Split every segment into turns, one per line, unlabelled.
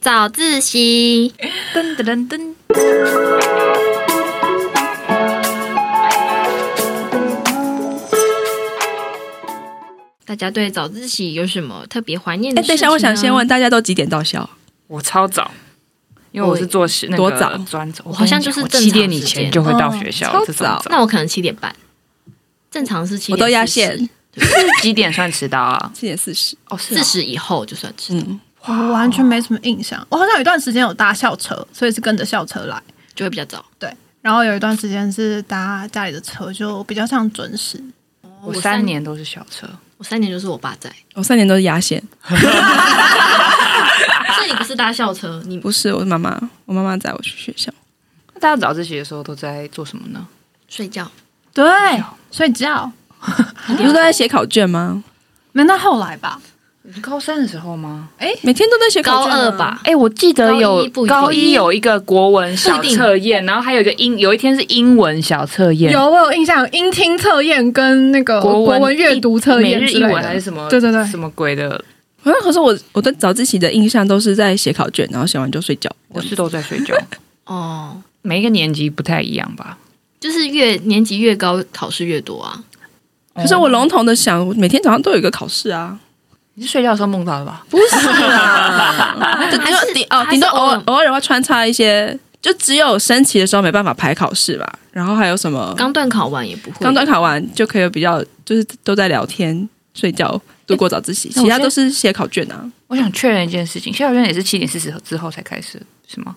早自习，
噔噔噔噔。
大家对早自习有什么特别怀念的
哎、
事情
等一
呢？
下，我想先问大家都几点到校？
我超早，因为我是做是那
多
个
早
专走，
我好像就是
我
正常
七点以
时间
前就会到学校，
哦
这
超早
种
那我可能七点半，正常是七点40，
我都压线
几点算迟到啊？
七点四十。
哦，是
四
哦
十以后就算迟到，
嗯，
我完全没什么印象。我好像有一段时间有搭校车，所以是跟着校车来。
就会比较早。
对，然后有一段时间是搭家里的车，就比较像准时。
我三，年都是校车，
我三年就是我爸在，
我三年都是压线，啊
所以你不是搭校车，你
不是我妈妈，我妈妈载我去学校。
那大家早自习的时候都在做什么呢？
睡觉。
对，睡觉。
啊
你不是都在写考卷吗？
没那后来吧，
你是高三的时候吗？
每天都在写考
高
卷、啊
二，吧，
哎、我记得
高
有
一不一定
高一有一个国文小测验，然后还有一个英，有一天是英文小测验，
有我有印象，音听测验跟那个
国
国
文
文阅读测验
每日
之
英
类
文还是
的。
什么？
对对对
什么鬼的？
好啊像可是我我对早自习的印象都是在写考卷，然后写完就睡觉。
我是都在睡 觉，
啊
哦，
每一个年级不太一样吧？
就是越年级越高，考试越多啊。
可是我笼统的想，每天早上都有一个考试啊，
你是睡觉的时候梦到的吧？
不是啦， 就
还
顶
是
多顶哦，
还是
顶多偶
偶
尔
尔
偶尔会穿插一些，就只有升旗的时候没办法排考试吧。然后还有什么
刚段考完也不会，
哦刚段考完就可以比较，就是都在聊天、睡觉、度过早自习，
那我
其他
先
都是写考卷啊。
我想确认一件事情，谢小娟也是七点四十之后才开始，是吗？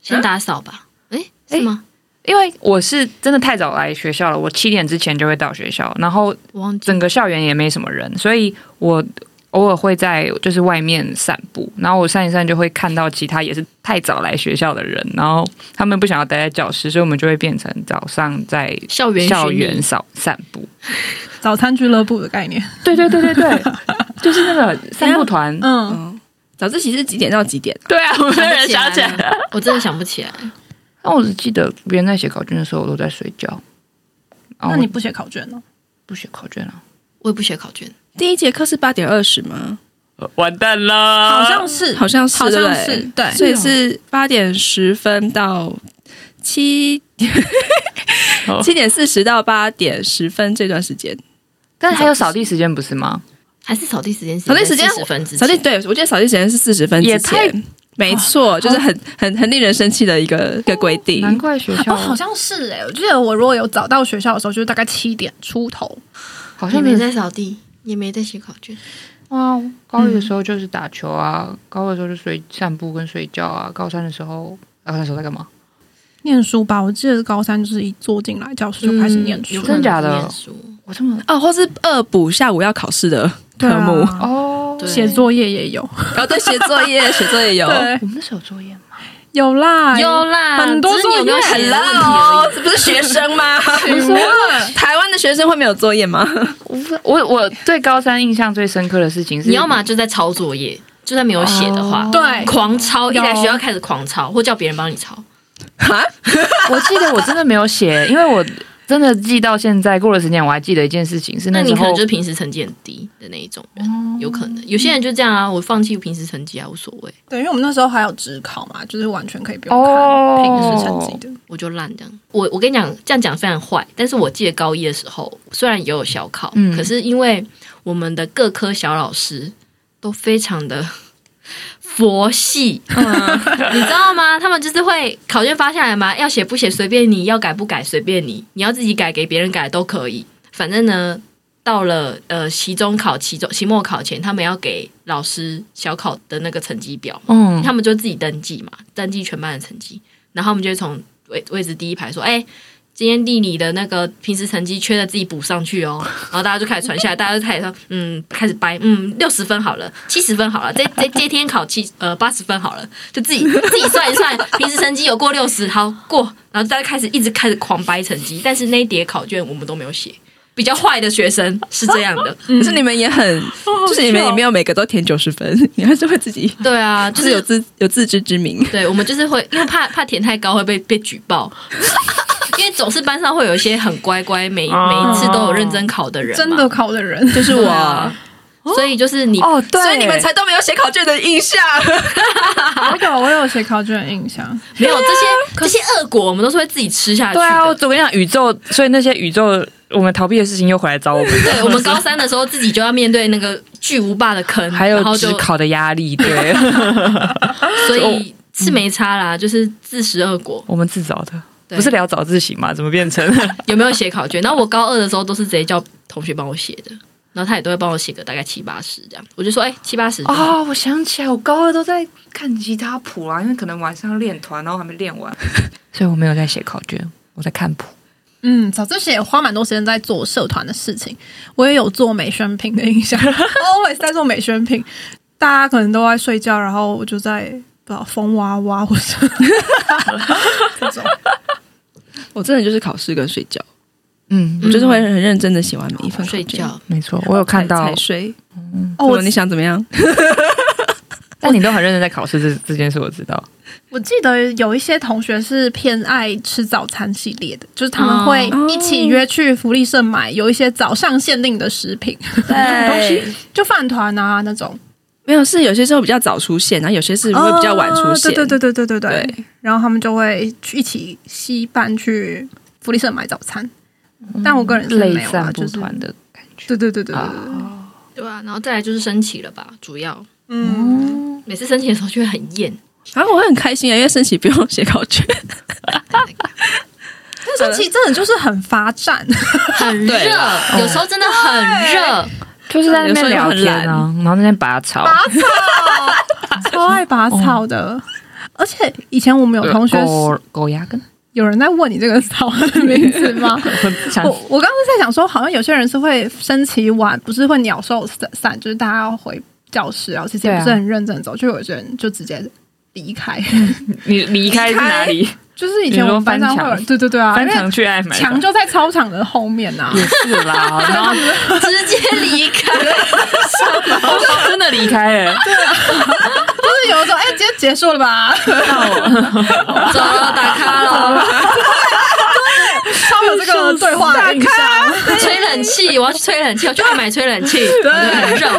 先打扫吧。哎，是吗？
因为我是真的太早来学校了，我七点之前就会到学校，然后
我忘记
整个校园也没什么人，所以我偶尔会在就是外面散步，然后我散一散就会看到其他也是太早来学校的人，然后他们不想要待在教室，所以我们就会变成早上在
校园
校
巡
园
礼
扫散步。
早餐俱乐部的概念，
对对对对对， 就是那个散步团。
嗯，
哦
嗯，早自习是几点到几点？
对啊，我突
想不
然
起
想起来
来
了。
了，我真的想不起来。
那我只记得别人在写考卷的时候，我都在睡觉。然后我
那你不写考卷哦呢？
不写考卷啊了？
我也不写考卷，
第一节课是八点二十吗？
呃完蛋啦！
好像是，
好像是，
好像
对不对
是，对，
所以是八点十分到七
好
七点四十到八点十分这段时间。
但是还有扫地时间不是吗？
还是扫地时间？
扫地时间
十分之前
扫地，对我记得扫地时间是四十分之前，
也太
没错，就是很很很令人生气的一个一个规定。
难怪学校
哦，好像是哎、我记得我如果有早到学校的时候，就是大概七点出头。
好
也
像没
没
在
在扫地，也没在嗯写考卷。
啊。高一的时候就是打球啊，高二的时候就睡散步跟睡觉啊。高三的时候，啊高三的时候在干嘛？
念书吧，我记得高三就是一坐进来教室就开始念书，
有可
真
能
假的
是念书
我这么
哦，或是恶补下午要考试的科目，
对啊
哦，
对
写作业也有，
然后哦对写作业，写作业 有
对，
我们那时候有作业吗？啊
有啦，
有啦，
很多
哎只是你有没有
作业
写的问题而
，Hello，这不是学生 吗？嗯台湾的学生会没有作业吗？
我不知我我对高三印象最深刻的事情
已。
是，
你要么就在抄作业，就算没有写的
哦
话，
对
狂抄，一来
有
学校开始狂抄，或叫别人帮你抄。
我记得我真的没有写， 因为我真的记到现在，过了十年我还记得一件事情是
那
时
你可能
候
就是平时成绩很低的那一种人，有可能。有些人就这样啊，我放弃平时成绩啊，无所谓，
对，因为我们那时候还有职考嘛，就是完全可以不用
哦
看平时成绩的。
我就烂这样。我我跟你讲，这样讲非常坏，但是我记得高一的时候，虽然也有小考，
嗯
可是因为我们的各科小老师都非常的佛系， 你知道吗？他们就是会考卷发下来嘛，要写不写随便你，要改不改随便你，你要自己改给别人改都可以。反正呢，到了呃期中考、期中期末考前，他们要给老师小考的那个成绩表，
嗯
他们就自己登记嘛，登记全班的成绩，然后我们就会从位位置第一排说，哎、今天地理的那个平时成绩缺的自己补上去哦， 然后大家就开始传下来，大家就开始说，嗯，开始掰，嗯，六十分好了，七十分好了，这这这天考七呃八十分好了，就自己自己算一算， 平时成绩有过六十，好过，然后大家开始一直开始狂掰成绩，但是那一叠考卷我们都没有写，比较坏的学生是这样的，
嗯
可是你们也很，就是你们也没有每个都填九十分， 你还是会自己
对啊，就
就是
是
有自有自知之明。
对，我们就是会因为怕怕填太高会被被举报， 因为总是班上会有一些很乖乖，每
哦
每一次都有认真考的人，
真的，考的人，
就是
对
我，
啊所以就是你。
哦对，
所以你们才都没有写考卷的印象。
我有
有，啊我有写考卷的印象。
没有这些这些恶果，我们都是会自己吃下去的。
哦啊对啊，我我跟你讲，宇宙，所以那些宇宙我们逃避的事情又回来找我 们，
对我们高三的时候自己就要面对那个巨无霸的坑，
还有
然后
职
就
考的压力， 对
所以嗯是没差啦，就是自食恶果。
我们自找的，
对
不是聊早自习嘛？怎么变成
有没有写考卷？然后我高二的时候都是直接叫同学帮我写的，然后他也都会帮我写个大概七八十这样。我就说，哎、七八十就好
哦，我想起来，我高二都在看吉他谱啊，因为可能晚上练团，然后还没练完， 所以我没有在写考卷，我在看谱。
嗯，早自习也花蛮多时间在做社团的事情，我也有做美宣品的 印象，always 在做美宣品。大家可能都在睡觉，然后我就在不知道疯哇 哇或者这种。
我真的就是考试跟睡觉，
嗯，
我就是会很认真的写完每一份考
睡
卷
觉。
没错，我有看到
才，睡。
哦，
哦，
我
你想怎么样？
但你都很认真在考试这这件事，我知道。
我记得有一些同学是偏爱吃早餐系列的，就是他们会
哦
一起约去福利社买有一些早上限定的食品，
对，
就饭团啊那种，
没有是有些时候比较早出现，然后有些是会比较晚出现。
哦对对对对对对对。
对
然后他们就会去一起吸班去福利社买早餐，
嗯
但我个人是
类
没有啊，
散
就
步
是
团的感觉，
对对对对对对，
对啊，然后再来就是升旗了吧，主要
嗯，
每次升旗的时候就会很 厌。
然后我会很开心啊，因为升旗不用写考卷，
但升旗真的就是很罚站，
很热
对啦，
有时候真的很热。
就是在那边聊
有时
天
候又很
啊，然后那边拔草，
拔草，超爱拔草的。而且以前我们有同学
狗狗牙根，
有人在问你这个草的名字吗？
想
我我刚刚在想说，好像有些人是会升旗晚，不是会鸟兽散散，就是大家要回教室，然后其实也
对啊
不是很认真地走，就有些人就直接 离开。
你离开是哪里？
就是以前我们班上会
你说
有，
翻墙
对对对啊，因
翻
为
墙去爱买吧
墙就在操场的后面呐、啊。
也是 啦，然后
直接离 开，
真的离开了，
就是有一种哎，今天结束了吧，
走了，打卡了，
超有这 个对话的印象，
吹冷气，我要去吹冷气，我去外面买吹冷气，对，很热这样。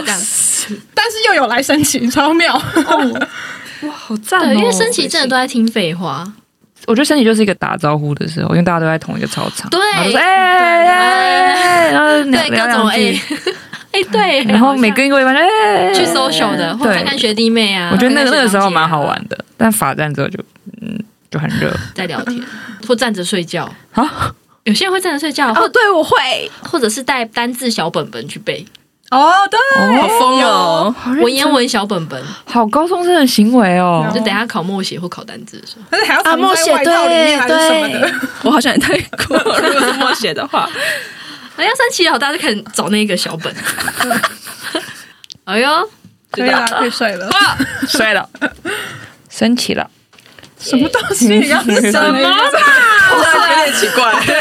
但是又有来升旗，超妙。
好赞
对，因为升旗真的都在听废话，
我觉得升旗就是一个打招呼的时候，因为大家都在同一个操场，
对
然后就说哎哎哎，然后
对
聊
各种哎， 哎对，
嗯然后每个一个班哎
去 social 的，或者看看学弟妹啊，
我觉得那个
看看学长姐
那
啊
个时候蛮好，玩的，但罚站之后就嗯就很热，
在聊天或站着睡觉
啊
有些人会站着睡觉，
哦
或
对，我会。
或者是带单字小本本去背，
哦，对，
好疯哦！
好认
文言
真
文小本本，
好高中生的行为哦
就，等一下考默写或考单字的时候，
而且还要
啊，
藏
默
在
写
外
对
套里面还是什么
对
的。，
我好想也太过。 如果是默写的话，
哎呀，升旗了，大家就开始找那个小本。哎呦，
可以啦，啊可以睡了。
摔了，升旗了。
什么东西？你刚刚是什么？
有点奇怪。
是